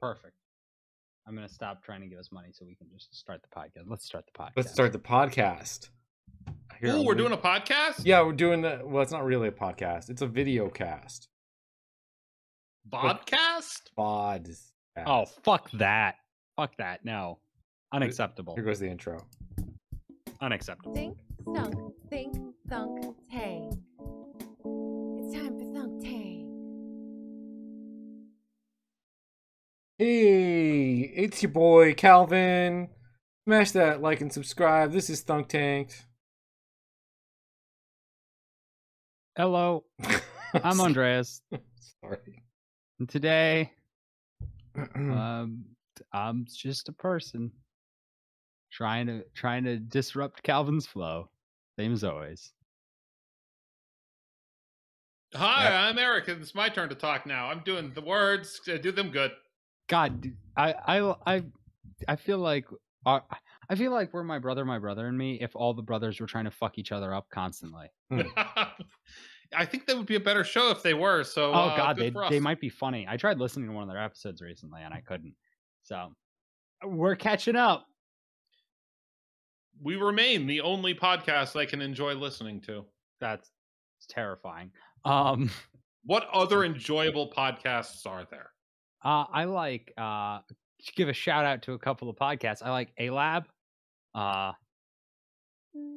Perfect. I'm gonna stop trying to give us money so we can just start the podcast. Let's start the podcast. Let's start the podcast. Here, Oh, I'm we're gonna- doing a podcast? Yeah, we're doing the. Well, it's not really a podcast. It's a video cast. Bobcast? Bod. Oh fuck that! Fuck that! No, unacceptable. Here goes the intro. Unacceptable. Think, thunk, think, thunk, tank. It's time for thunk tank. Hey, it's your boy Calvin. Smash that like and subscribe. This is Thunk Tanked. Hello, I'm Andreas. Sorry. And today, Hmm. Uh, um, I'm just a person trying to trying to disrupt Calvin's flow, same as always. Hi, Yep. I'm Eric, and it's my turn to talk now. I'm doing the words, I do them good. God, d- I I I, I feel like our, I feel like we're my brother, my brother, and me. If all the brothers were trying to fuck each other up constantly. Hmm. I think that would be a better show if they were. So, Oh uh, God, good they for they us. might be funny. I tried listening to one of their episodes recently and I couldn't. So we're catching up. We remain the only podcast I can enjoy listening to. That's terrifying. Um, What other Hmm. enjoyable podcasts are there? uh, I like uh, to give a shout out to a couple of podcasts. I like A Lab. Uh,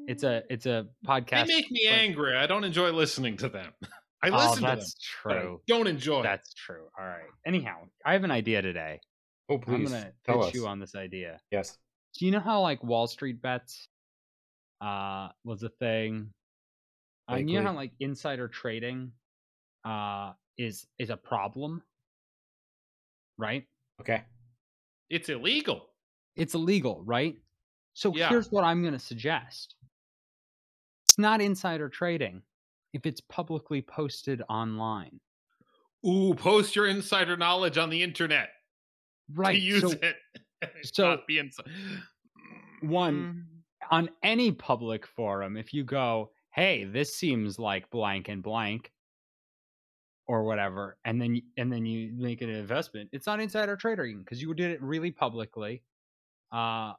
it's a it's a podcast. They make me but- angry. I don't enjoy listening to them. I Oh, listen to them, that's but I true. don't enjoy. That. That's true. All right. Anyhow, I have an idea today. oh, please. I'm gonna Tell pitch us. you on this idea. yes. do you know how like Wall Street bets uh was a thing? Uh, you know Vaguely. how like insider trading uh is is a problem, right? Okay. It's illegal. It's illegal, right? So Yeah. here's what I'm going to suggest. It's not insider trading if it's publicly posted online. Ooh, post your insider knowledge on the internet. Right. To use so it. so- Not be insi- one on any public forum if you go hey this seems like blank and blank or whatever and then y- and then you make an investment it's not insider trading because you did it really publicly uh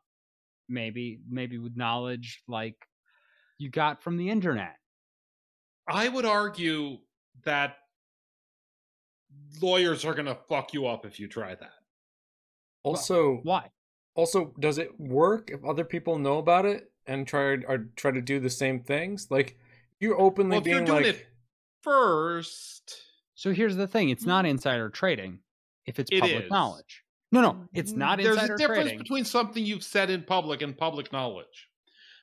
maybe maybe with knowledge like you got from the internet I would argue that lawyers are gonna fuck you up if you try that. Also, why also does it work if other people know about it and try or try to do the same things like you're openly Well, if being you're doing like it first, so here's the thing it's not insider trading if it's Mm. It public is. Mm, knowledge no no it's not there's insider a difference trading between something you've said in public and public knowledge,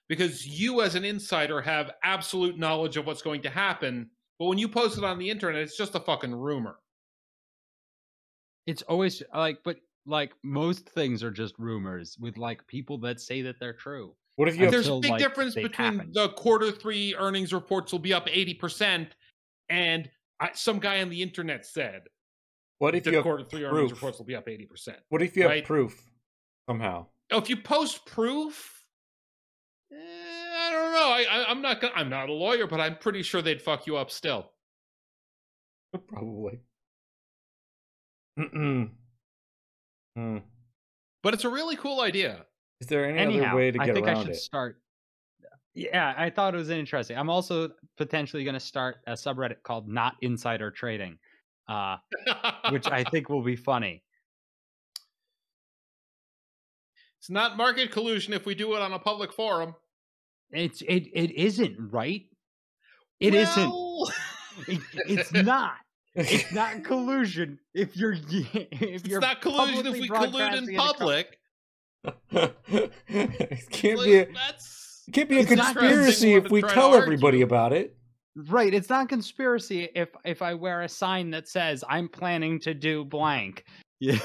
because you as an insider have absolute knowledge of what's going to happen. But when you post it on the internet, it's just a fucking rumor. It's always uh, like, but like most things are just rumors with like people that say that they're true. what if you have There's until, a big like, difference they've between happened. the quarter three earnings reports will be up 80% and I, some guy on the internet said what if the you have quarter three earnings proof? reports will be up 80%. what if you have right? proof somehow Oh, if you post proof, eh, I don't know. I, I, I'm not. Gonna, I'm not a lawyer, but I'm pretty sure they'd fuck you up still. probably Mm-mm. Hmm. But it's a really cool idea. is there any Anyhow, other way to I get think I around should it start. Yeah, I thought it was interesting. I'm also potentially going to start a subreddit called Not Insider Trading, uh, which I think will be funny. it's not market collusion if we do it on a public forum. It's it it isn't right. It not Well, it's not. It's not collusion if you're if It's you're not collusion if publicly we collude broadcasting in a co- public. it can't be a, Like, it that's can't be a it's not trying to say conspiracy more if than we try to tell everybody argue. about it Right, it's not conspiracy if if I wear a sign that says I'm planning to do blank. Yeah.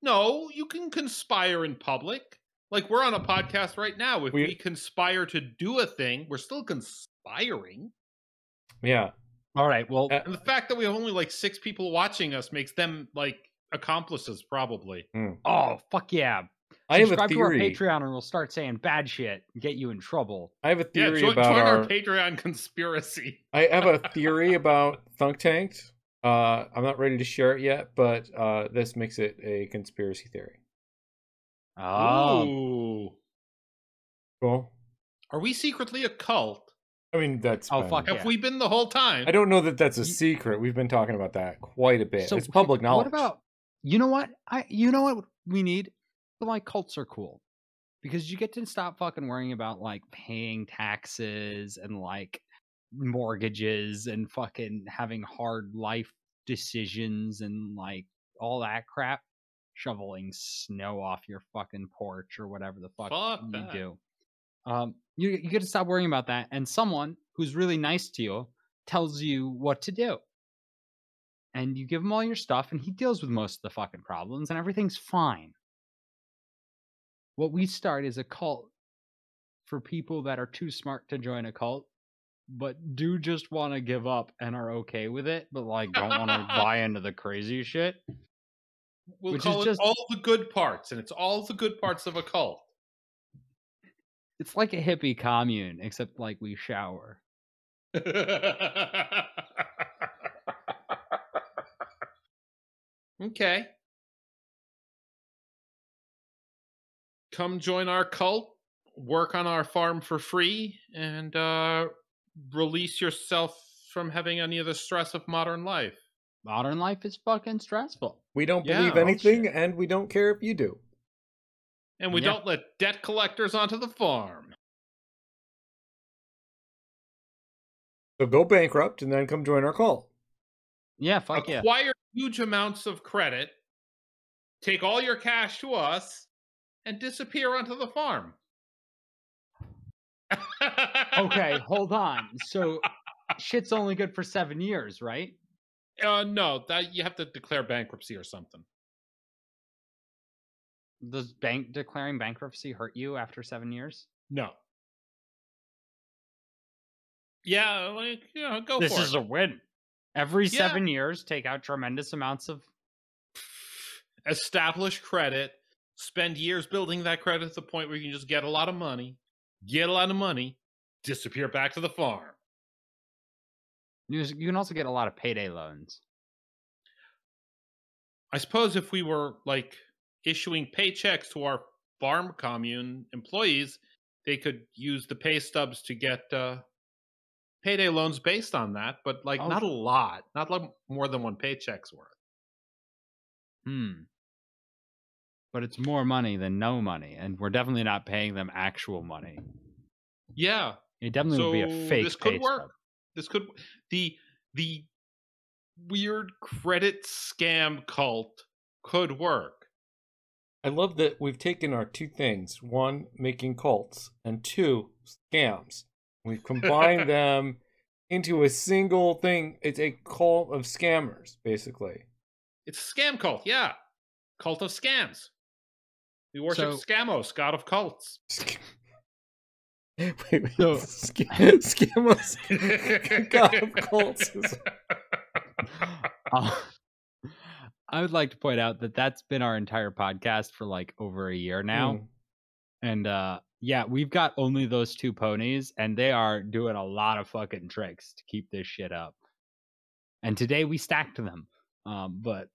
no. You can conspire in public. Like we're on a podcast right now. If We- we conspire to do a thing, we're still conspiring. yeah All right. Well, Uh, And the fact that we have only like six people watching us makes them like accomplices, probably. oh fuck yeah. i have a Subscribe to our theory Patreon and we'll start saying bad shit and get you in trouble. i have a Yeah, theory join, about join our... our Patreon conspiracy. I have a theory about Thunk Tanked Uh, I'm not ready to share it yet, but uh, this makes it a conspiracy theory. Ah. Oh, Ooh. Cool. Are we secretly a cult? I mean, that's. Oh, been- fuck Have Yeah. we been the whole time? I don't know that that's a You- secret. We've been talking about that quite a bit. so it's public knowledge. What about you know what I you know what we need? Like cults are cool because you get to stop fucking worrying about like paying taxes and like mortgages and fucking having hard life decisions and like all that crap. Shoveling snow off your fucking porch or whatever the fuck, Fuck you that. do. Um, you you get to stop worrying about that, and someone who's really nice to you tells you what to do and you give him all your stuff and he deals with most of the fucking problems and everything's fine. What we start is a cult for people that are too smart to join a cult but do just want to give up and are okay with it but like don't want to buy into the crazy shit. we'll which is call it just- all the good parts, and it's all the good parts of a cult. It's like a hippie commune except like we shower. okay. Come join our cult, work on our farm for free, and uh, release yourself from having any of the stress of modern life. Modern life is fucking stressful. We don't Yeah, believe oh, anything, shit. and we don't care if you do. And we Yeah. don't let debt collectors onto the farm. So go bankrupt and then come join our cult. Yeah, fuck yeah. Acquire huge amounts of credit, take all your cash to us, and disappear onto the farm. Okay, hold on. So shit's only good for 7 years, right? Uh, no, that you have to declare bankruptcy or something. Does bank declaring bankruptcy hurt you after 7 years? No. Yeah, like you know, go this for is it. a win. Every Yeah. seven years, take out tremendous amounts of. Establish credit. Spend years building that credit to the point where you can just get a lot of money, get a lot of money, disappear back to the farm. You s- you can also get a lot of payday loans. I suppose if we were like issuing paychecks to our farm commune employees, they could use the pay stubs to get uh, payday loans based on that, but like Oh. not a lot, not like more than one paycheck's worth. Hmm. But it's more money than no money, and we're definitely not paying them actual money. Yeah, It definitely would be So a fake. this could pay work. stub. this could the the weird credit scam cult could work. I love that we've taken our two things one, making cults, and two, scams. We've combined them into a single thing. It's a cult of scammers, basically. It's a scam cult, yeah. Cult of scams. We worship So- Scamos, god of cults. Sc- Wait, wait. So- sc- scammers. God of cults. is- Uh, I would like to point out that that's been our entire podcast for like over a year now, Hmm. and uh yeah, we've got only those two ponies, and they are doing a lot of fucking tricks to keep this shit up. And today we stacked them, um, but.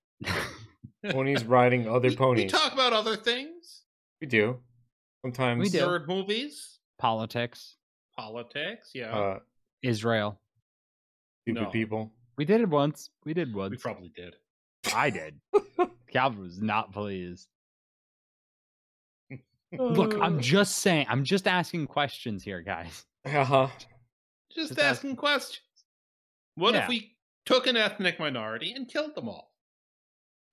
Ponies riding other we, ponies. We talk about other things. We do. Sometimes We do. Nerd movies, politics, politics, yeah. uh Israel. stupid No. people. We did it once. We did we once. probably did. I did. Calvin was not pleased. Look, I'm just saying. I'm just asking questions here, guys. Uh-huh. Just, Just ask- asking questions. What Yeah. if we took an ethnic minority and killed them all?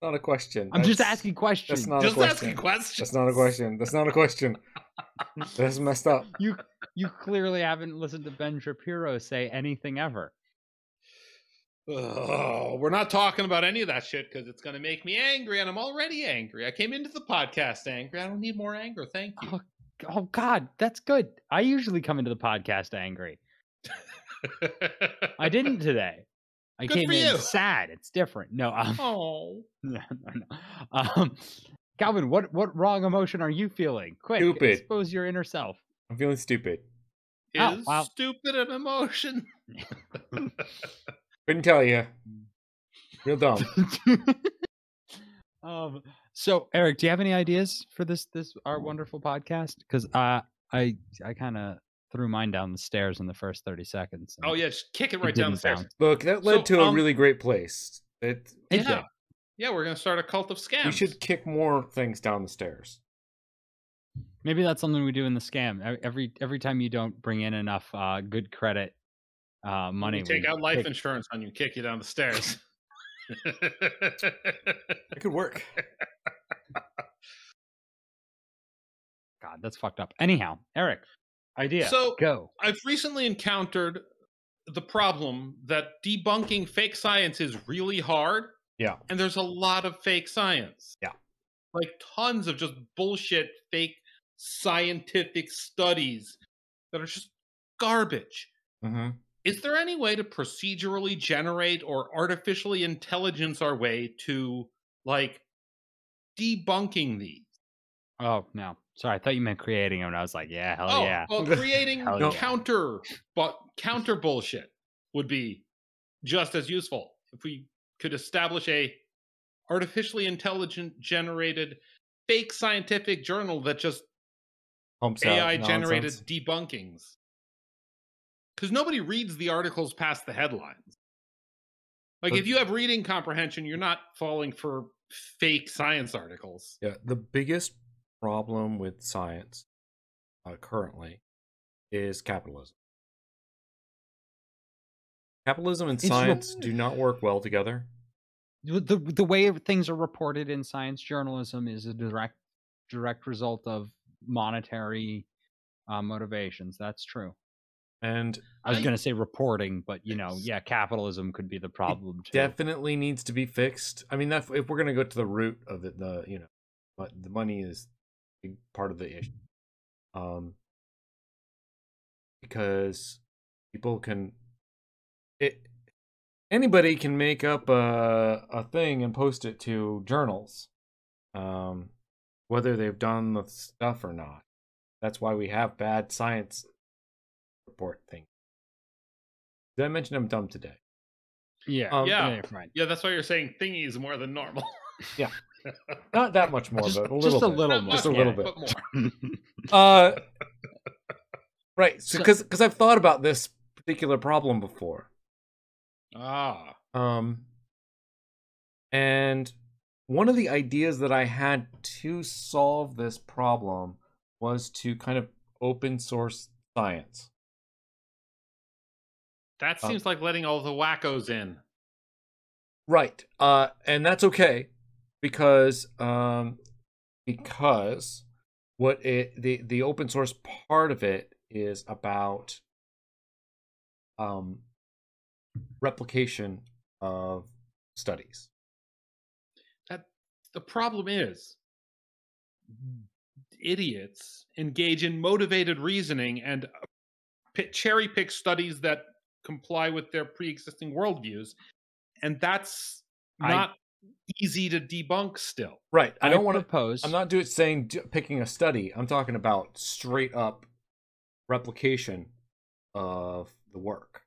Not a question. I'm just That's- asking questions. not a Just question. asking questions. That's not a question. That's not a question. That's messed up. You you clearly haven't listened to Ben Shapiro say anything ever. Oh, we're not talking about any of that shit because it's going to make me angry, and I'm already angry. I came into the podcast angry. I don't need more anger. Thank you. Oh God, that's good. I usually come into the podcast angry. I didn't today. I Good came for in you. sad. It's different. No, um, oh, no, no, no. Um, Calvin, what what wrong emotion are you feeling? Quick, Stupid. expose your inner self. I'm feeling stupid. Oh, is wow. stupid an emotion? Couldn't tell you. Real dumb. um, so Eric, do you have any ideas for this this our wonderful podcast? Because I I I kind of threw mine down the stairs in the first thirty seconds. and Oh yeah, just kick it it right down the didn't stairs. bounce. Look, that led So, to a um, really great place. It, It yeah. did. Yeah, we're gonna start a cult of scams. we should kick more things down the stairs. Maybe that's something we do in the scam. Ev- Every every time you don't bring in enough uh, good credit uh, money, We take out life kick- insurance on you, kick you down the stairs. It could work. God, that's fucked up. Anyhow, Eric, idea. So- go. I've recently encountered the problem that debunking fake science is really hard. Yeah. And there's a lot of fake science. Yeah. Like tons of just bullshit fake scientific studies that are just garbage. Mm-hmm. Is there any way to procedurally generate or artificially intelligence our way to like debunking these? Oh no, sorry. I thought you meant creating them. And I was like, yeah, hell Oh, yeah. Oh, well, creating Hell yeah. counter but counter bullshit would be just as useful if we could establish a artificially intelligent generated fake scientific journal that just AI generated debunkings. Because nobody reads the articles past the headlines. Like But- if you have reading comprehension, you're not falling for fake science articles. Yeah, the biggest problem with science uh, currently is capitalism. Capitalism and It's re- science do not work well together. The- the the way things are reported in science journalism is a direct direct result of monetary uh, motivations. That's true. And I was I- going to say reporting, but you know, Yes. yeah, capitalism could be the problem too. definitely needs to be fixed. I mean, that if we're going to go to the root of it, the you know, but the money is a big part of the issue. Um, because people can, it anybody can make up a a thing and post it to journals, um, whether they've done the stuff or not. That's why we have bad science report thing. Did I mention I'm dumb today? yeah, um, yeah, yeah. yeah, right. Yeah, that's why you're saying thingies more than normal. Not that much more, Just- but a just little a bit. little Not more, Just a yeah. little bit. But more. Uh, right. So- So, because because I've thought about this particular problem before. Ah. Um, and one of the ideas that I had to solve this problem was to kind of open source science. That Um, seems like letting all the wackos in. Right. Uh, and that's okay because um, because what it the the open source part of it is about um replication of studies. The problem is, Mm-hmm. idiots engage in motivated reasoning and uh, pi cherry pick studies that comply with their pre existing worldviews. And that's I- not easy to debunk still. Right. I don't want to. propose. I'm not doing saying d- picking a study. I'm talking about straight up replication of the work.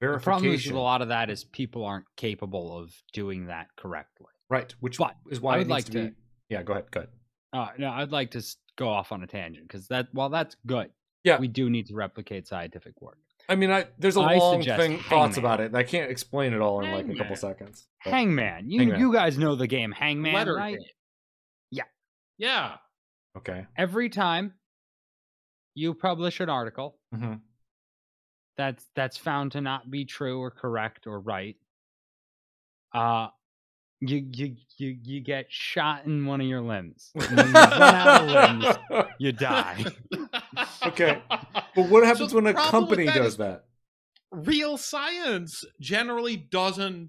The problem is with Verification. a lot of that is people aren't capable of doing that correctly. Right. Which But is why I it would needs like to, to- be. Yeah. Go ahead. Go ahead. Uh, no, I'd like to s- go off on a tangent because that while that's good, Yeah. we do need to replicate scientific work. I mean, I there's a I long suggest thing thoughts Hangman. about it. and I can't explain it all in like a couple Hangman. seconds. but- Hangman, you Hangman. you guys know the game Hangman, Letter right? game. Yeah. Yeah. Okay. Every time you publish an article Mhm. that's that's found to not be true or correct or right, uh, you you you you get shot in one of your limbs. And when you run out of limbs, you die. Okay. but what happens the when a problem with company that does is that? real science generally doesn't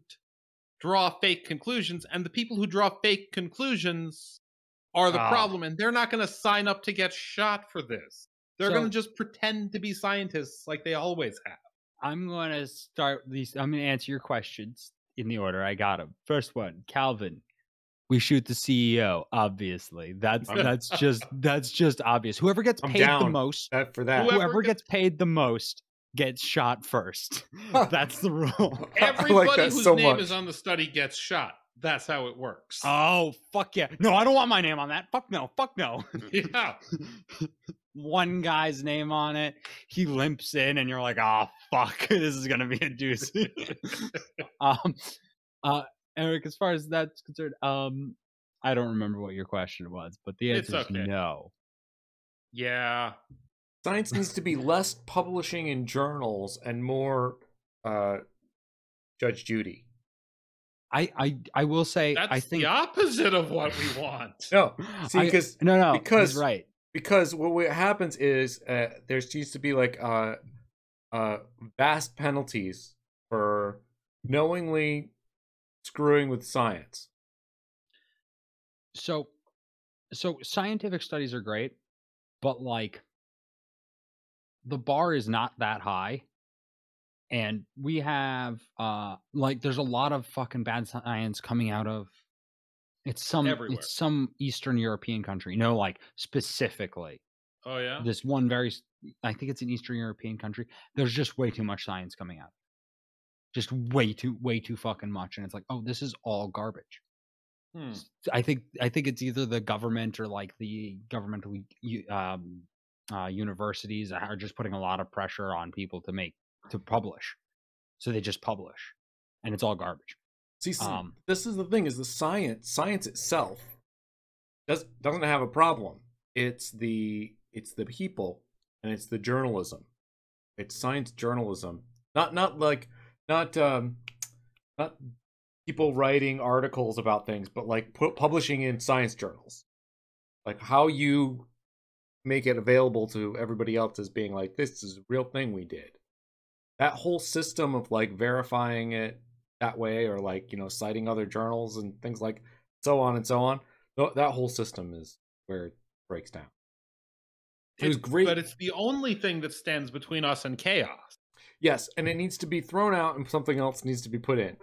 draw fake conclusions and the people who draw fake conclusions are the Ah. problem and they're not going to sign up to get shot for this they're going So- to just pretend to be scientists like they always have I'm going to start these. I'm going to answer your questions in the order I got them. First one, Calvin. We shoot the CEO, obviously. That's I'm- that's just that's just obvious. Whoever gets I'm paid the down. most, That for that? Whoever whoever, gets paid the most gets shot first. That's the rule. I like Everybody that whose so name much. Um, is on the study gets shot. That's how it works. Oh fuck yeah! No, I don't want my name on that. Fuck no. Fuck no. yeah. One guy's name on it. He limps in, and you're like, oh fuck, this is gonna be a doozy. um, uh, Eric, as far as that's concerned, um, I don't remember what your question was, but the It's answer is okay. no. Yeah. Science needs to be less publishing in journals and more uh, Judge Judy. I, I, I will say, That's I think the opposite of what we want. No, see, I- because no, no, because- he's right. because what, what happens is uh, there used to be like uh, uh, vast penalties for knowingly screwing with science. so so scientific studies are great but like the bar is not that high and we have uh like there's a lot of fucking bad science coming out of it's some Everywhere. it's some eastern european country no like specifically Oh yeah. this one very s- i think it's an eastern european country there's just way too much science coming out just way too way too fucking much and it's like oh this is all garbage Hmm. I think I think it's either the government or like the governmental u- um, uh, universities are just putting a lot of pressure on people to make to publish, so they just publish, and it's all garbage. See, s- Um. this is the thing: is the science science itself does doesn't have a problem. It's the it's the people and it's the journalism. It's science journalism, not not like not um not people writing articles about things, but like pu- publishing in science journals, like how you make it available to everybody else as being like this is a real thing we did. That whole system of like verifying it that way or like you know citing other journals and things like so on and so on Tho- that whole system is where it breaks down it was It's- great But it's the only thing that stands between us and chaos. yes and it needs to be thrown out and something else needs to be put in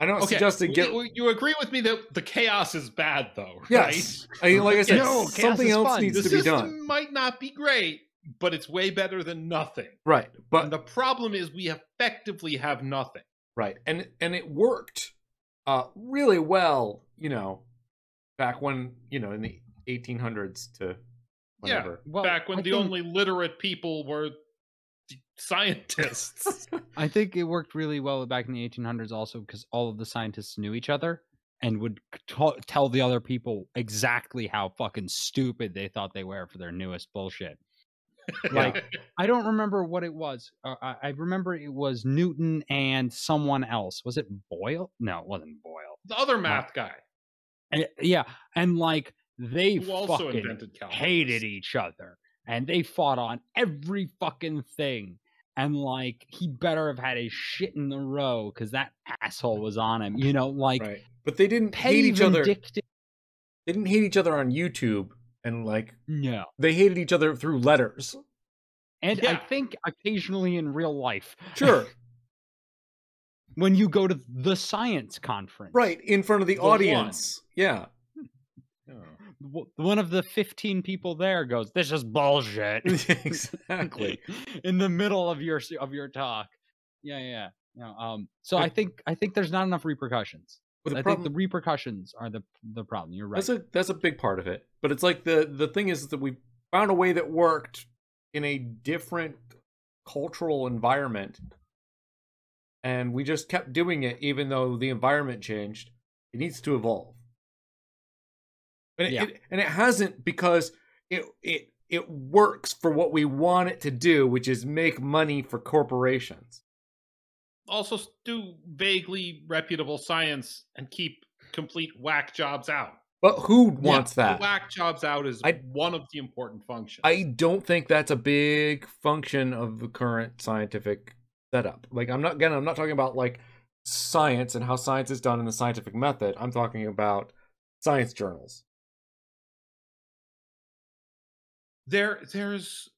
i don't suggest to w- get w- you agree with me that the chaos is bad though, yes right? I mean, like i said No, chaos something is else fun. needs The to be done system might not be great, but it's way better than nothing. right but and the problem is we effectively have nothing. right and and it worked uh really well you know back when you know in the 1800s to whenever Well, Back when I the think- only literate people were d- scientists. I think it worked really well back in the 1800s also because all of the scientists knew each other and would c- t- tell the other people exactly how fucking stupid they thought they were for their newest bullshit. Like- I don't remember what it was. Uh, I, I remember it was Newton and someone else. Was it Boyle? No, it wasn't Boyle. the other math guy And- yeah, and like they who also fucking invented calculus. hated each other, and they fought on every fucking thing. And like he better have had his shit in the row because that asshole was on him. You know, like right but they didn't hate each other Pavendicti- they didn't hate each other on youtube and like No, they hated each other through letters. and I Yeah. think occasionally in real life, Sure, when you go to the science conference, right in front of the, The audience. Yeah, w- one of the 15 people there goes this is bullshit exactly. in the middle of your s- of your talk yeah yeah no, um so i But- think i think there's not enough repercussions But i the problem, think the repercussions are the the problem you're right that's a that's a big part of it. But it's like the the thing is that we found a way that worked in a different cultural environment, and we just kept doing it, even though the environment changed. It needs to evolve, and it, Yeah. it- and it hasn't because it it it works for what we want it to do, which is make money for corporations. Also, s- do vaguely reputable science and keep complete whack jobs out. But who wants The that? whack jobs out is I- one of the important functions. I don't think that's a big function of the current scientific setup. Like I'm not again, I'm not talking about like science and how science is done in the scientific method. I'm talking about science journals. there there's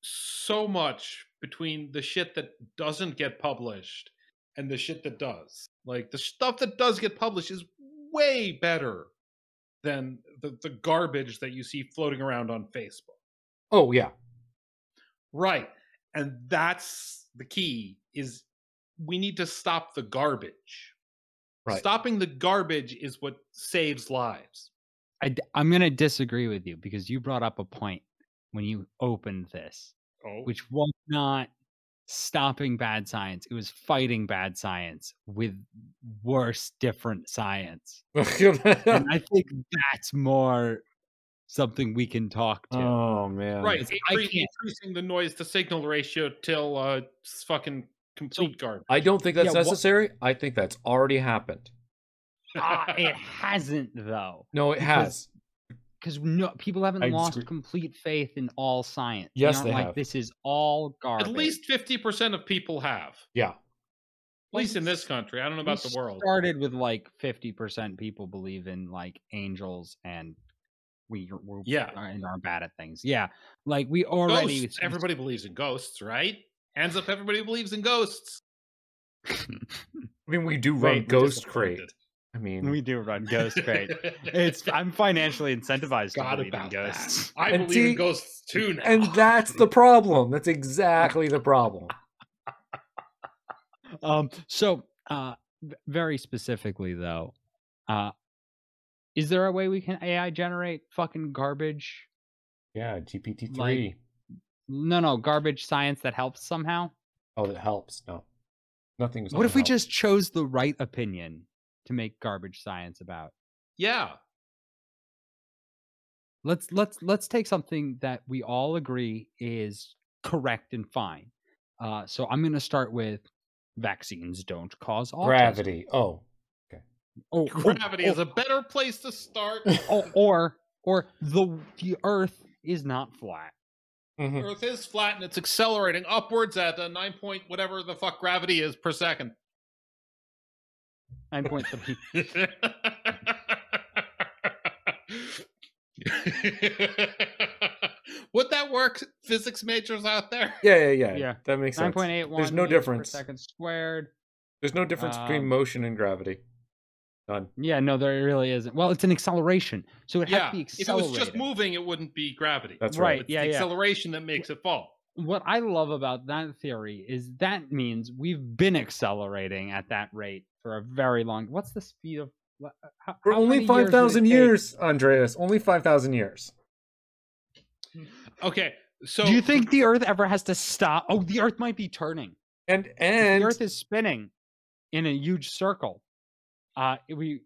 so much between the shit that doesn't get published and the shit that does like the stuff that does get published is way better than the, the garbage that you see floating around on facebook Oh yeah. right and that's the key is we need to stop the garbage. Right. Stopping the garbage is what saves lives. I, am going to disagree with you because you brought up a point when you opened this, Oh, which was not stopping bad science. It was fighting bad science with worse, different science. and I think that's more something we can talk to. oh man. right. it's- Incre- I can't- increasing the noise to signal ratio till uh, it's fucking complete garbage. I don't think that's Yeah, what- necessary. I think that's already happened. Ah, it hasn't though, No, it has. because no, people haven't I lost disagree. complete faith in all science. Yes, Not they like have. This is all garbage. At least 50% of people have. Yeah. At least in this country. I don't know about We the world. started with like 50% people believe in like angels and we are- we're, Yeah. are- and are bad at things. Yeah. Like we already ghosts. Everybody believes in ghosts, right? Hands up, everybody believes in ghosts. I mean, we do run Wait, we're Ghost disappointed. Crate. I mean, we do run ghost crate. It's I'm financially incentivized God to believe in about that. ghosts. I And believe see- in ghosts too now. and that's the problem. That's exactly the problem. Um so uh v- very specifically though, uh is there a way we can AI generate fucking garbage? Yeah, GPT Like- No, no, garbage science that helps somehow? oh, that helps. No, nothing. is What gonna if we help. just chose the right opinion to make garbage science about? yeah, Let's let's let's take something that we all agree is correct and fine. Uh, so I'm going to start with vaccines don't cause autism. gravity? Oh, Oh, oh, gravity oh, is a better place to start. oh, or or the the Earth is not flat. Mhm. Earth is flat and it's accelerating upwards at a nine point whatever the fuck gravity is per second. Nine point three. Would that work, physics majors out there? yeah, yeah, yeah, Yeah. That makes sense. Nine point eight one. There's no meters difference. Per second squared. There's no difference between Um, motion and gravity. None. Yeah, no, there really isn't. Well, it's an acceleration, so it has Yeah. to be If it was accelerated. just moving, it wouldn't be gravity. That's right. right. It's yeah, the yeah. acceleration that makes it fall. what I love about that theory is that means we've been accelerating at that rate for a very long. What's the speed of? wha- uh, How, For how only many years would five it thousand take? years, Andreas. Only five thousand years. Okay. So Do you think the Earth ever has to stop? Oh, the Earth might be turning. And If and the Earth is spinning in a huge circle. Uh, it- we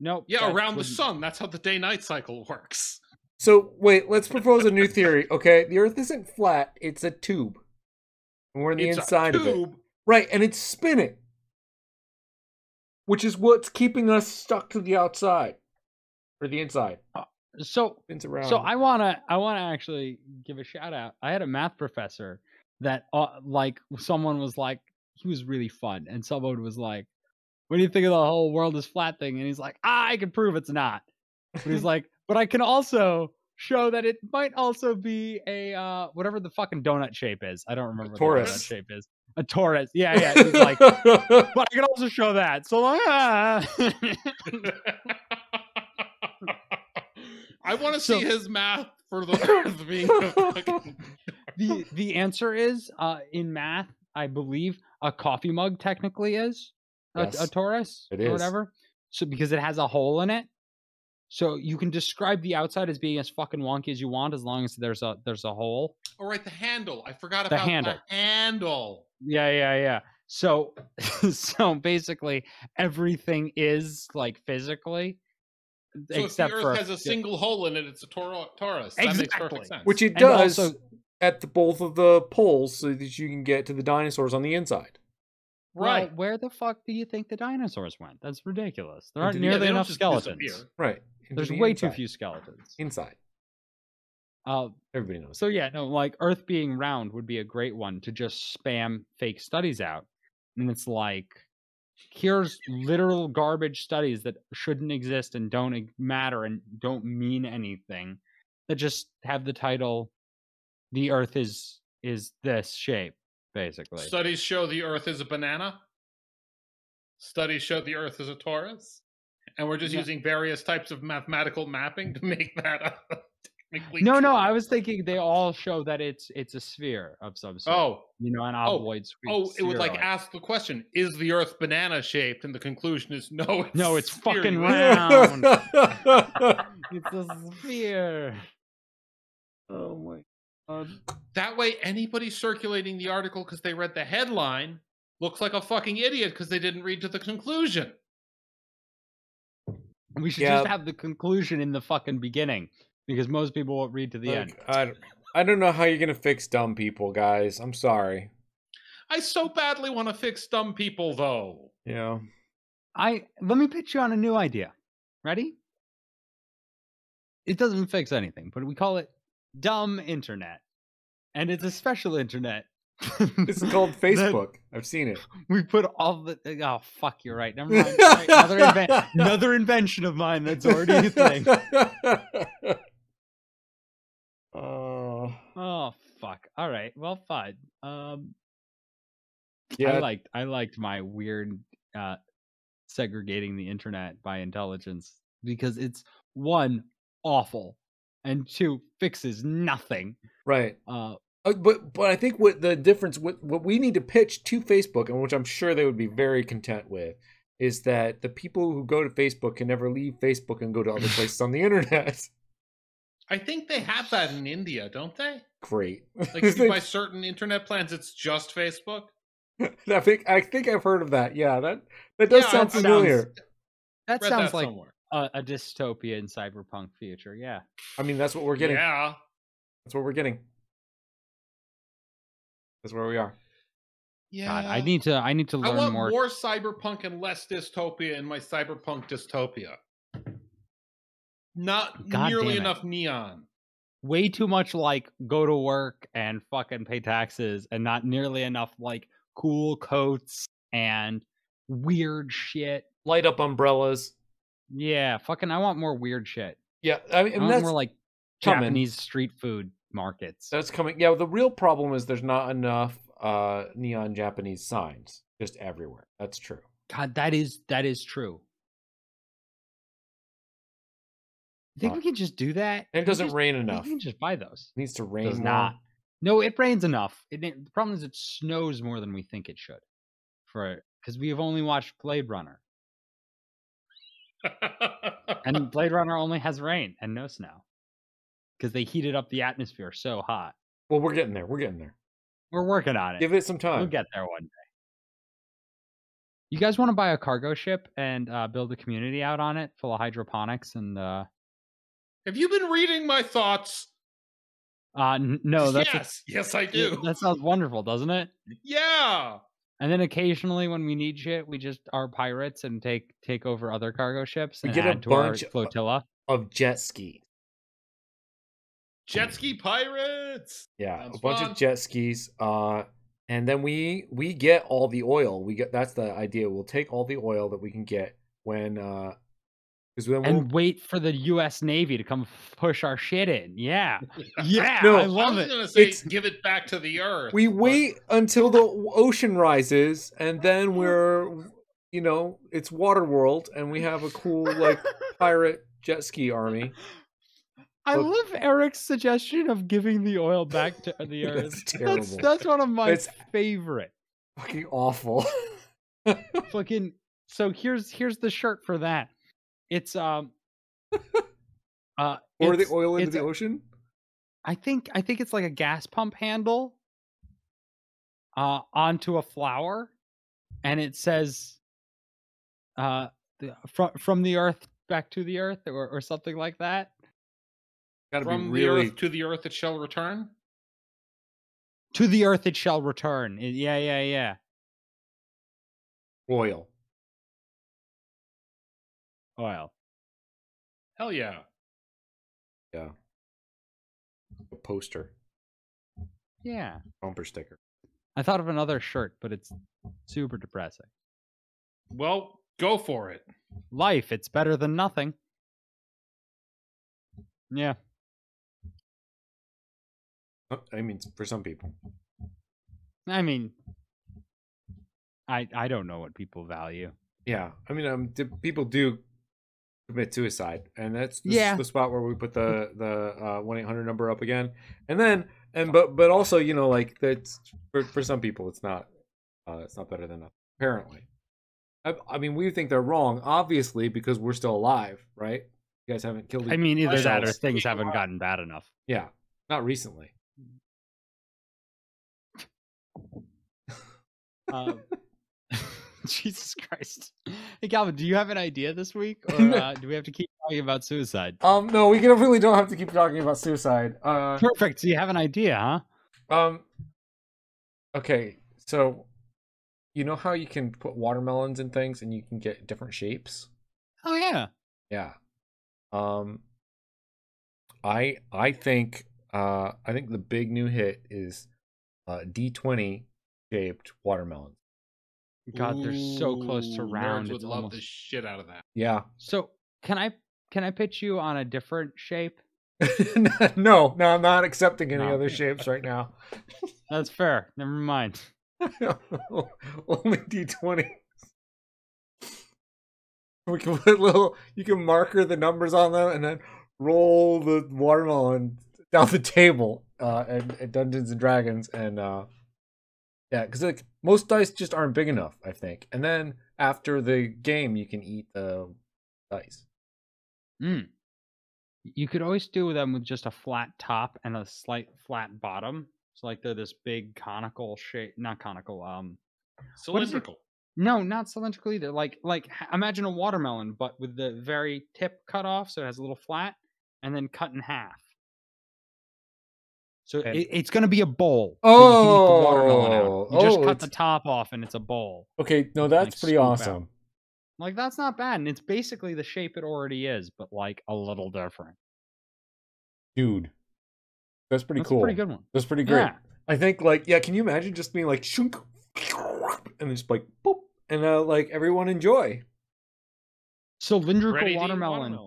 no. Yeah, that around the wouldn't- sun. That's how the day night cycle works. so wait, let's propose a new theory. Okay, the Earth isn't flat; it's a tube, and we're on the It's a inside of it. tube. Right, and it's spinning, which is what's keeping us stuck to the outside or the inside. So Spins around. So I wanna I wanna actually give a shout out. I had a math professor that uh, like someone was like he was really fun, and someone was like, "What do you think of the whole world is flat thing?" And he's like, ah, "I can prove it's not." But he's like, "But I can also show that it might also be a uh, whatever the fucking donut shape is. I don't remember what the torus. donut shape is. A torus. Yeah, yeah. He's like, but I can also show that. So like, ah. I want to So- see his math for the Earth being a fucking. the the answer is uh in math i believe a coffee mug technically is a, a Yes, taurus it or is. whatever so because it has a hole in it so you can describe the outside as being as fucking wonky as you want as long as there's a there's a hole All Oh, right, the handle. I forgot The about handle. the handle. yeah yeah yeah so so basically everything is like physically So except if the for Earth has a single hole in it, it's a tor- torus. That makes Exactly. perfect sense. which it And does also- at the, both of the poles, so that you can get to the dinosaurs on the inside. right right. where the fuck do you think the dinosaurs went that's ridiculous there Into aren't the- Yeah, nearly they don't enough just skeletons disappear. Right. into there's the way too inside. few skeletons inside. uh Everybody knows. So yeah, no, like Earth being round would be a great one to just spam fake studies out. And it's like here's literal garbage studies that shouldn't exist and don't e- matter and don't mean anything that just have the title the earth is is this shape basically. Studies show the Earth is a banana. Studies show the Earth is a torus. And we're just Yeah. using various types of mathematical mapping to make that up. Like, we No, no, tried. I was thinking they all show that it's it's a sphere of some sort. Oh, you know, an ovoid sphere. oh, it would like spheroid. ask the question: Is the Earth banana shaped? And the conclusion is no. It's No, it's fucking spherical. round. Round. oh it's a sphere. Oh my god. That way, anybody circulating the article because they read the headline looks like a fucking idiot because they didn't read to the conclusion. We should Yeah. just have the conclusion in the fucking beginning because most people won't read to the end. Like, I, don't- I don't know how you're gonna fix dumb people, guys. I'm sorry. I so badly want to fix dumb people, though. Yeah. I let me pitch you on a new idea. Ready? It doesn't fix anything, but we call it dumb internet. And it's a special internet. It's called that Facebook. I've seen it. We put all the oh fuck, you're right. Never mind. Sorry, another, inven- another invention of mine that's already a thing. Oh. Oh fuck. All right. Well, fine. Um, I yeah. liked I liked my weird uh, segregating the internet by intelligence because it's one awful and two fixes nothing. right. Uh, Uh, But but I think what the difference what what we need to pitch to Facebook and which I'm sure they would be very content with is that the people who go to Facebook can never leave Facebook and go to other places on the internet. I think they have that in India, don't they? Great. Like if you buy certain internet plans, it's just Facebook. I think I think I've heard of that. Yeah, that that does Yeah, sound it sounds- familiar. that Read sounds that like somewhere. a, a dystopian cyberpunk future. Yeah. I mean, that's what we're getting. Yeah. That's what we're getting. That's where we are. Yeah. God, I need to I need to I learn want more. more. cyberpunk and less dystopia in my cyberpunk dystopia. Not God damn nearly it. enough neon. Way too much like go to work and fucking pay taxes, and not nearly enough like cool coats and weird shit. Light up umbrellas. Yeah, fucking I want more weird shit. Yeah, I mean, I and want that's Uh more like coming. Japanese street food markets. that's coming. Yeah, the real problem is there's not enough uh neon Japanese signs just everywhere. That's true. God, that is that is true. You think Fuck. we can just do that? And it We doesn't just- rain we enough. can just buy those. needs to rain. Does more. not. No, it rains enough. It, it- the problem is it snows more than we think it should. For because we have only watched Blade Runner, Uh, and Blade Runner only has rain and no snow, because they heated up the atmosphere so hot. Well, we're getting there. We're getting there. We're working on it. Give it some time. We'll get there one day. You guys want to buy a cargo ship and uh, build a community out on it full of hydroponics and uh, Have you been reading my thoughts? uh n- no, that's a- yes, yes, I yeah, do. that sounds wonderful, doesn't it? yeah, And then occasionally when we need shit, we just are pirates and take take over other cargo ships We and get a add to bunch our of- flotilla. of jet ski. jet ski pirates. Yeah, Sounds a bunch fun. of jet skis. Uh, and then we we get all the oil. We get that's the idea. We'll take all the oil that we can get when uh, because when we'll, And wait for the U.S. Navy to come push our shit in. Yeah, yeah, No, I love I was it. gonna say, It's- give it back to the earth. we but wait until the ocean rises, and then we're you know it's water world, and we have a cool like pirate jet ski army. I Look- love Eric's suggestion of giving the oil back to the earth. That's that's terrible. that's one of my It's- favorite. Fucking awful. fucking so here's here's the shirt for that it's um uh Or the it's- oil into it's the a- ocean. i think i think it's like a gas pump handle uh onto a flower and it says uh the, from from the earth back to the earth or, or something like that Gotta from be really the earth to the earth it shall return. to the earth it shall return I- yeah yeah yeah royal. oil Hell yeah! Yeah. A poster, yeah bumper sticker. i thought of another shirt but it's super depressing Well, go for it. life it's better than nothing yeah Uh, I mean, for some people. i mean i i don't know what people value Yeah, I mean, um, d- people do commit suicide, and that's this is Yeah. the spot where we put the Mm-hmm. the uh, one eight hundred number up again, and then and but but also you know like that's for for some people it's not uh, it's not better than nothing apparently. I, I mean, we think they're wrong, obviously, because we're still alive, right? You guys haven't killed. I mean, either that or yourselves. things haven't gotten bad enough. yeah, not recently. Um, Jesus Christ. Hey, Calvin, do you have an idea this week? Or No. uh, do we have to keep talking about suicide? Um, no, we can, really don't have to keep talking about suicide. Uh, Perfect. So you have an idea, huh? um, okay, so you know how you can put watermelons in things and you can get different shapes. Oh, yeah. Yeah. Um I I think uh I think the big new hit is uh D20 shaped watermelons. God, they're so close to Ooh, nerds round. Would it's love the almost- shit out of that. Yeah. So can I can I pitch you on a different shape? no, no, I'm not accepting any No. other shapes right now. That's fair. Never mind. Only D20. We can put little you can marker the numbers on them and then roll the watermelon down the table uh at, at Dungeons and Dragons and uh yeah, because like most dice just aren't big enough, I think. And then after the game you can eat the dice. Mm. You could always do them with just a flat top and a slight flat bottom. So like they're this big conical shape, not conical. Um, Cylindrical. no, not cylindrical either. Like like h- imagine a watermelon, but with the very tip cut off, so it has a little flat, and then cut in half. So And- it, it's going to be a bowl. that you can eat the watermelon Oh, out. You just oh, cut the it's- top off, and it's a bowl. Okay, no, that's pretty awesome. I'm Like that's not bad, and it's basically the shape it already is, but like a little different. Dude. That's pretty That's cool. a pretty good one. That's pretty great. Yeah. I think like yeah, can you imagine just being like shunk and just like boop and uh, like everyone enjoy. Cylindrical Ready to eat watermelon.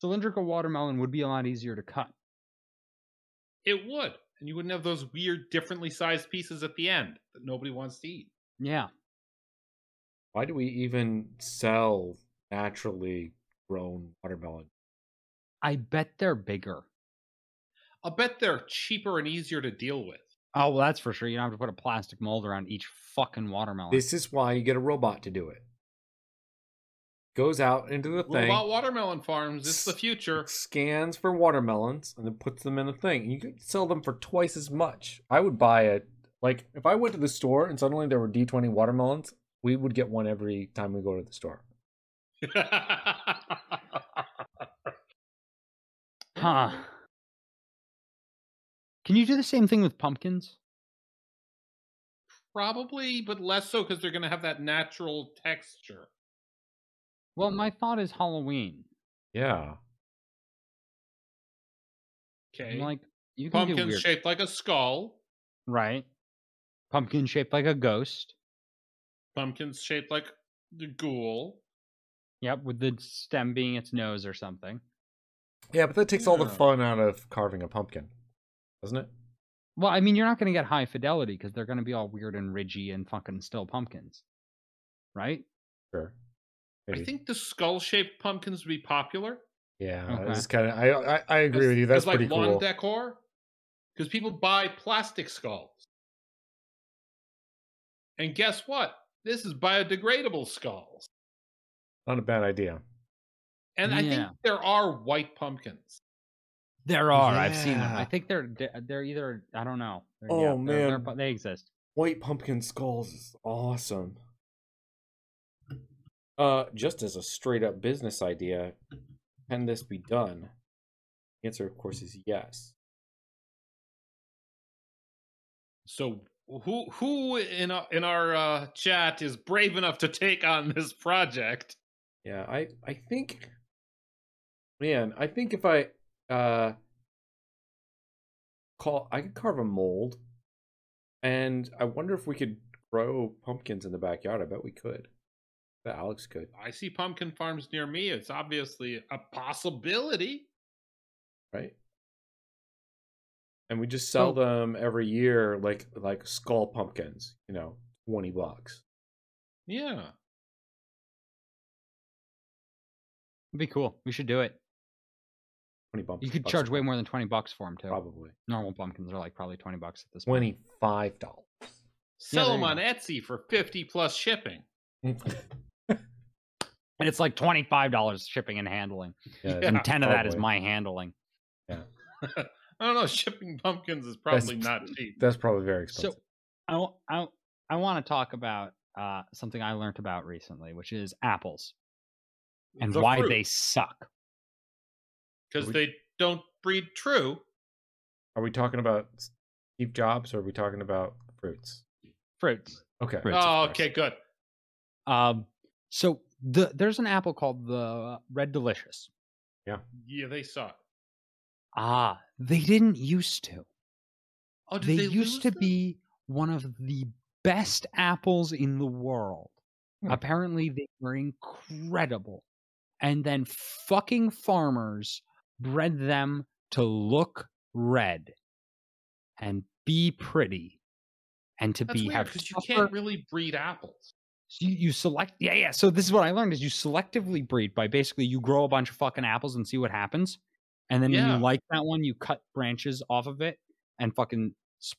Cylindrical watermelon would be a lot easier to cut. It would. And you wouldn't have those weird, differently sized pieces at the end that nobody wants to eat. Yeah. Why do we even sell naturally grown watermelon? I bet they're bigger. I'll bet they're cheaper and easier to deal with. Oh well, that's for sure. You don't have to put a plastic mold around each fucking watermelon. This is why you get a robot to do it. Goes out into the thing, Robot watermelon farms, it's the future. scans for watermelons, and then puts them in a thing. You could sell them for twice as much. I would buy it. Like if I went to the store and suddenly there were D twenty watermelons, we would get one every time we go to the store. Huh. Can you do the same thing with pumpkins? Probably, but less so because they're going to have that natural texture. Well, my thought is Halloween. Yeah. I'm Okay. Like you can do Pumpkin weird, shaped like a skull, right? Pumpkin shaped like a ghost. pumpkins shaped like the ghoul. Yep, with the stem being its nose or something. Yeah, but that takes all the Yeah. fun out of carving a pumpkin, doesn't it? Well, I mean, you're not going to get high fidelity because they're going to be all weird and ridgy and fucking still pumpkins, right? Sure. I think the skull shaped pumpkins would be popular. Yeah, Okay. this is kind of. I, I I agree as- with you. That's as, like pretty lawn cool. decor because people buy plastic skulls and guess what this is biodegradable skulls Not a bad idea. and i think Yeah. there are white pumpkins There are. I've seen them. I Yeah. think they're they're- they're either I don't know. They're- Oh, yeah, they're- they're man. pu- they exist. White pumpkin skulls is awesome. Uh, just as a straight up business idea, can this be done? The answer, of course, is yes. so who who in our, in our uh, chat is brave enough to take on this project Yeah, I I think man, I think if I uh call I could carve a mold and I wonder if we could grow pumpkins in the backyard. I bet we could. I bet Alex could. i see pumpkin farms near me it's obviously a possibility right? And we just sell So- them every year, like like skull pumpkins, you know, twenty bucks. yeah It'd be cool. We should do it. 20 bumps. You could bucks charge a way pop, more than twenty bucks for them too. Probably. Normal pumpkins are like probably twenty bucks at this point. $25. Yeah, Sell there them you on go. Etsy for 50 plus shipping. and it's like twenty five dollars shipping and handling. Yeah, and ten of that is probably. my handling. I don't know. Shipping pumpkins is That's- probably not cheap. That's probably very expensive. So I wa- I w- I want to talk about uh, something I learned about recently, which is apples and why they suck. Because they don't breed true Are we talking about Steve Jobs or are we talking about fruits? Fruits. Okay. Fruits. of Oh, course. okay, good. Um, so the, there's an apple called the Red Delicious. Yeah, they suck. Ah, they didn't used to. Oh, did They, they, lose used to them? be one of the best apples in the world. Hmm. Apparently, they were incredible. And then fucking farmers bred them to look red and be pretty and to That's be weird have because you tougher- can't really breed apples. so you, you select yeah yeah so this is what i learned is you selectively breed by basically you grow a bunch of fucking apples and see what happens and then when Yeah. you like that one you cut branches off of it and fucking sp-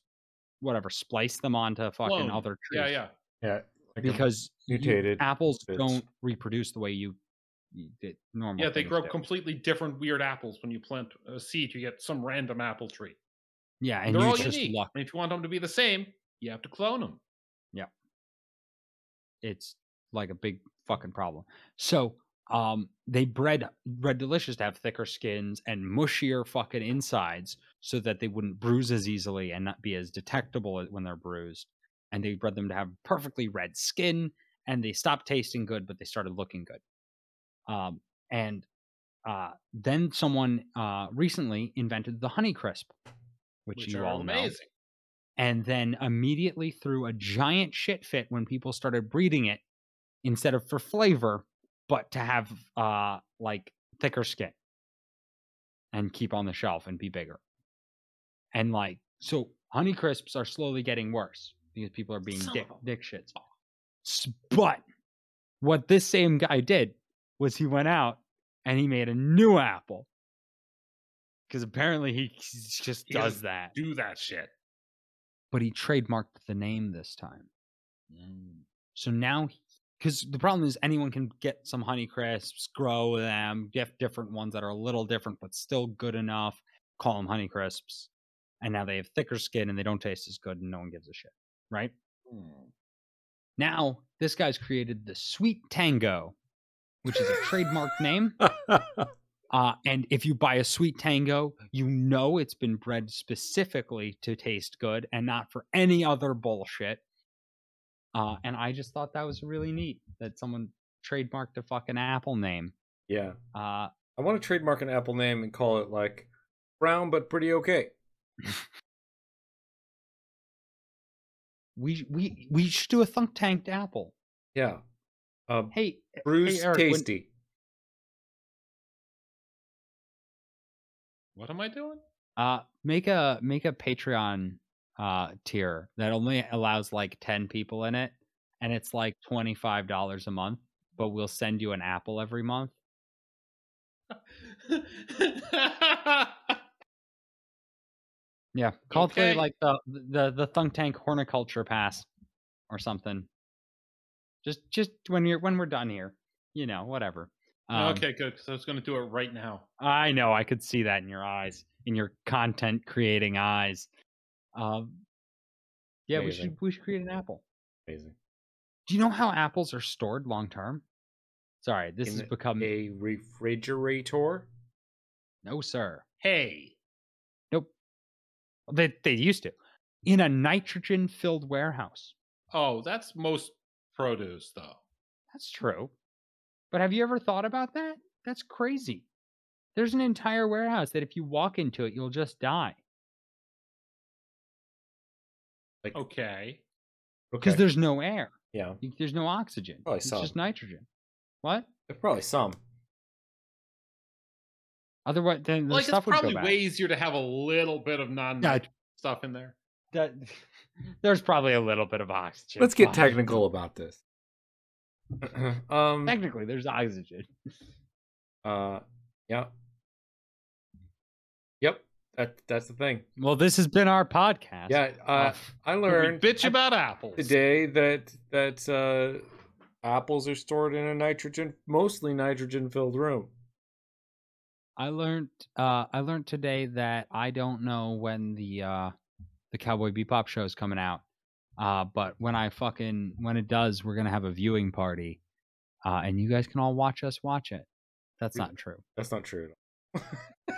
whatever splice them onto fucking Clone. other trees Yeah, yeah. Yeah. like a- because you- mutated apples bits. don't reproduce the way you, you did normal Yeah, they things grow do. completely different weird apples when you plant a seed. You get some random apple tree. yeah and They're you all just unique. luck And if you want them to be the same, you have to clone them. it's like a big fucking problem. So um they bred red delicious to have thicker skins and mushier fucking insides so that they wouldn't bruise as easily and not be as detectable when they're bruised. And they bred them to have perfectly red skin and they stopped tasting good, but they started looking good. Um and uh then someone uh recently invented the honey crisp, which, Which you are all know amazing. and then immediately threw a giant shit fit when people started breeding it instead of for flavor, but to have uh like thicker skin and keep on the shelf and be bigger. And like so honey crisps are slowly getting worse because people are being Son of dick a- dick shits. S- But what this same guy did was he went out and he made a new apple. Because apparently he just He does doesn't that Do that shit. but he trademarked the name this time. So now, because the problem is anyone can get some Honey Crisps, grow them, get different ones that are a little different but still good enough. Call them Honey Crisps, and now they have thicker skin and they don't taste as good, and no one gives a shit, right? Now this guy's created the Sweet Tango, which is a trademark name. Uh, and if you buy a sweet tango, you know it's been bred specifically to taste good and not for any other bullshit. Uh, and I just thought that was really neat that someone trademarked a fucking Apple name. yeah. Uh, I want to trademark an Apple name and call it like brown but pretty okay. we we we should do a thunk tanked apple. Yeah. Uh, Hey, Bruce Eric, when- Tasty. What am I doing? uh, make a make a Patreon uh tier that only allows like ten people in it, and it's like twenty five dollars a month. But we'll send you an apple every month. Yeah, call Okay. it like the the the thunk tank horticulture pass or something. Just just when you're when we're done here, you know, whatever. Um, okay, good. Because I was going to do it right now. I know I could see that in your eyes, in your content creating eyes. Um, yeah, we Amazing. should we should create an apple. Amazing. Do you know how apples are stored long term? Sorry, this In has become A refrigerator. no sir. Hey, They they used to in a nitrogen filled warehouse. oh, that's most produce though. That's true. But have you ever thought about that? That's crazy. There's an entire warehouse that if you walk into it, you'll just die Okay, because Okay. there's no air. Yeah. Y- There's no oxygen. Probably it's some. just nitrogen. What? There's probably some. Otherwise, then the like it's stuff would go probably bad. way easier to have a little bit of non Yeah, stuff in there. that, there's probably a little bit of oxygen. Let's get Fine. technical about this. um, Technically, there's oxygen. Uh, yeah. Yep. That that's the thing. Well, this has been our podcast. Yeah. Uh, I We learned bitch about apples. today that that uh, apples are stored in a nitrogen, mostly nitrogen-filled room. I learned uh, I learned today that I don't know when the uh, the Cowboy Bebop show is coming out, uh, but when I fucking when it does, we're gonna have a viewing party, uh, and you guys can all watch us watch it. That's Yeah. not true. That's not true at all.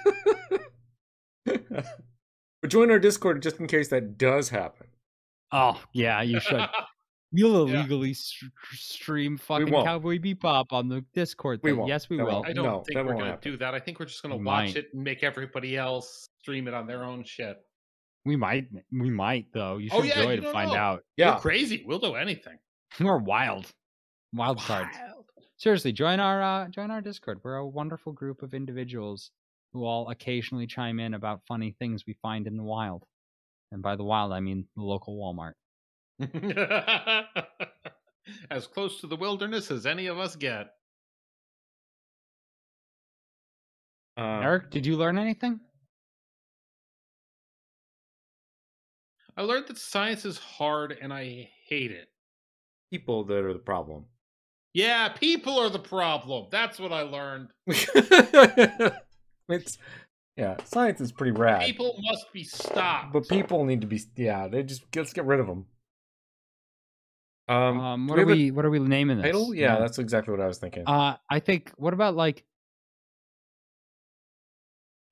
but join our Discord just in case that does happen. Oh yeah, you should. You'll Yeah. illegally str- stream fucking won't. Cowboy Bebop on the Discord. We thing. won't. Yes, we That will. won't. I don't No, think that we're won't gonna happen. do that. I think we're just gonna We watch might. it and make everybody else stream it on their own shit. We might. We might though. You should Oh, yeah, enjoy you to don't find know. out. We're Yeah. crazy. We'll do anything. We're wild. Wild cards. seriously join our uh, join our discord we're a wonderful group of individuals who all occasionally chime in about funny things we find in the wild and by the wild i mean the local walmart as close to the wilderness as any of us get. Uh, eric did you learn anything I learned that science is hard and I hate it. people that are the problem. Yeah, people are the problem. That's what I learned. it's yeah, science is pretty rad, People must be stopped. but people need to be yeah. They just let's get rid of them. Um, um, do what we are have a we what are we naming this title? Yeah, that's exactly what I was thinking. uh i think what about like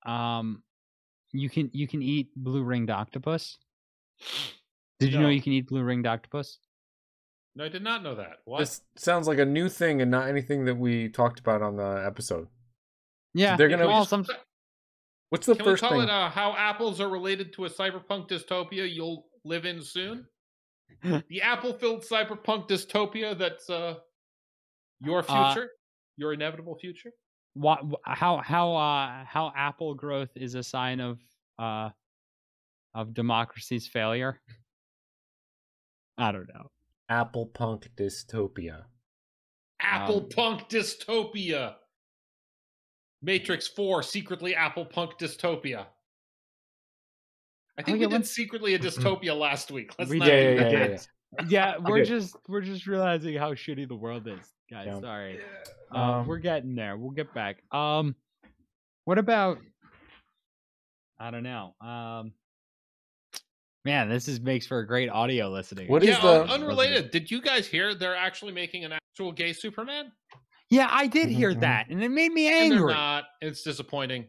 um you can you can eat blue ringed octopus did you know No. you can eat blue ringed octopus No, I did not know that. What? this sounds like a new thing and not anything that we talked about on the episode. yeah they're you gonna- can We all just- some- What's the Can we first call thing? it uh, how apples are related to a cyberpunk dystopia you'll live in soon? the apple-filled cyberpunk dystopia that's uh, your Uh, future, your inevitable um future. why, how how uh how apple growth is a sign of uh of democracy's failure i don't know Apple Punk Dystopia. Apple punk dystopia. Matrix Four secretly Apple punk dystopia. Oh, I think Okay, we did let's- secretly a dystopia last week. Let's We not did, do yeah, that. yeah, yeah we're Okay. just we're just realizing how shitty the world is guys Yeah. sorry uh, Um, we're getting there we'll get back um what about i don't know um man this is makes for a great audio listening What actually. is Yeah, the- un- unrelated. Did you guys hear they're actually making an actual gay Superman? yeah i did hear Mhm. that and it made me And they're angry not. It's disappointing.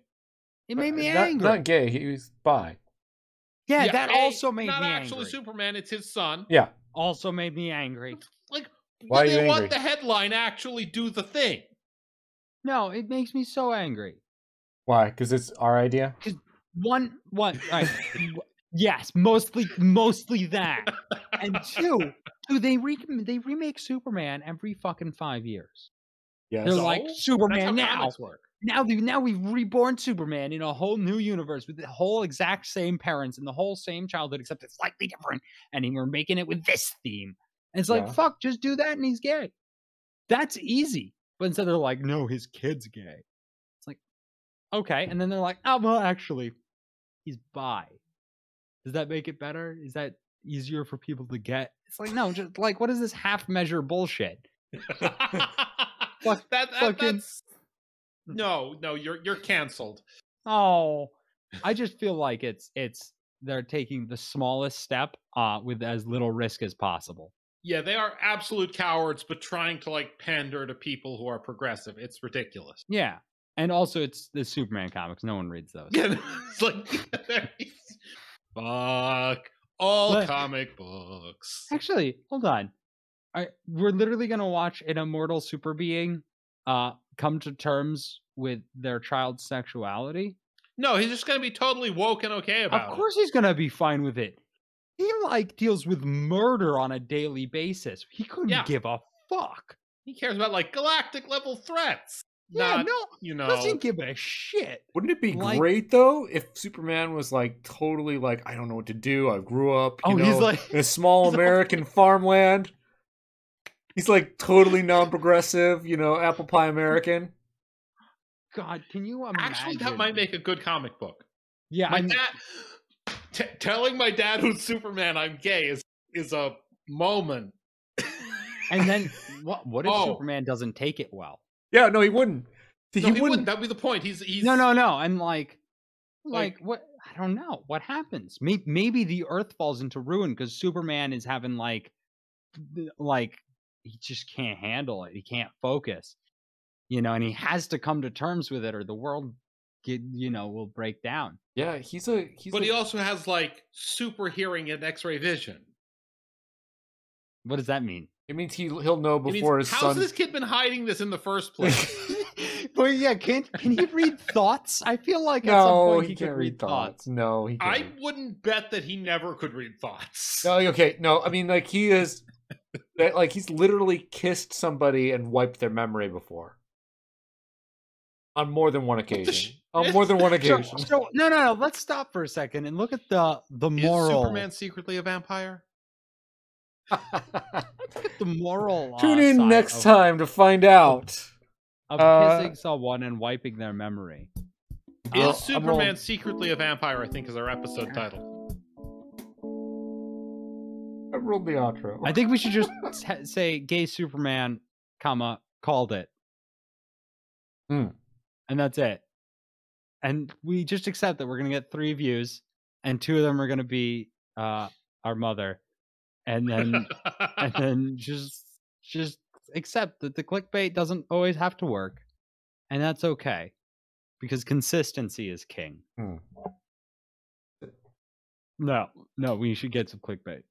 it made me not, angry Not gay. He was bi. yeah, that a- also made not me actually angry Superman. It's his son. Yeah. also made me angry. Like, Why do are they you want angry? the headline actually do the thing? No, it makes me so angry. Why? Because it's our idea. One, one, all right. w- yes, mostly, mostly that. And two, two, they re- they remake Superman every fucking five years. Yes. They're like So? That's how Superman now. comics work. Now, they, now we've reborn Superman in a whole new universe with the whole exact same parents and the whole same childhood, except it's slightly different. And we're making it with this theme. And it's like, Yeah. fuck, just do that, and he's gay. That's easy. But instead, they're like, no, his kid's gay. It's like, okay. And then they're like, oh, well, actually, he's bi. Does that make it better? Is that easier for people to get? It's like, no, just like, what is this half measure bullshit? That- that- fucking- that's- no, no, you're you're canceled. Oh, I just feel like it's it's they're taking the smallest step uh with as little risk as possible. Yeah, they are absolute cowards, but trying to like pander to people who are progressive. It's ridiculous. Yeah. And also it's the Superman comics. No one reads those. Yeah, it's like there is- fuck all But- comic books. Actually, hold on. I, we're literally gonna watch an immortal super being uh come to terms with their child's sexuality. No, he's just gonna be totally woke and okay about Of course he's gonna be fine with it. He like deals with murder on a daily basis. He couldn't Yeah. give a fuck. it. He cares about like galactic level threats. Yeah, Not, no, you know. doesn't give a shit. Wouldn't it be Like- great though if Superman was like totally like I don't know what to do. I grew up. You Oh, know, he's like- in a small he's all- American farmland. He's like totally non-progressive. You know, apple pie American. God, can you imagine? Actually, that might make a good comic book. Yeah, my I mean, dad t- telling my dad who's Superman I'm gay is is a moment. and then what? What if Oh. Superman doesn't take it well? Yeah, no, he wouldn't. He, No, he, wouldn't. wouldn't. That'd be the point. He's he's No, no, no. And like, like, Like- what? I don't know what happens. Maybe, maybe the Earth falls into ruin because Superman is having like, th- like he just can't handle it. He can't focus, you know, and he has to come to terms with it, or the world, get, you know, will break down. Yeah, he's a he's But a, he also has like super hearing and X-ray vision. What does that mean? it means he he'll know It means, before his how's son. this kid been hiding this in the first place? well, yeah, can can he read thoughts? I feel like at some no, point he could can't read thoughts. No, he can't. I wouldn't bet that he never could read thoughts. No, okay, no. I mean, like he is, that- like he's literally kissed somebody and wiped their memory before, on more than one occasion. sh- on more than one So, occasion. so- no, no, no. Let's stop for a second and look at the the Is moral. Superman secretly a vampire? the moral. uh, Tune in side next of- time to find out. of Uh, kissing someone and wiping their memory. I'll- I'm Is Superman rolling. secretly a vampire? I think is our episode title. I rolled the outro. I think we should just sa- say gay Superman, comma, called it. Hmm. And that's it. And we just accept that we're going to get three views and two of them are going to be uh, our mother. And then and then just just accept that the clickbait doesn't always have to work. And that's okay. Because consistency is king. Hmm. No, no, we should get some clickbait.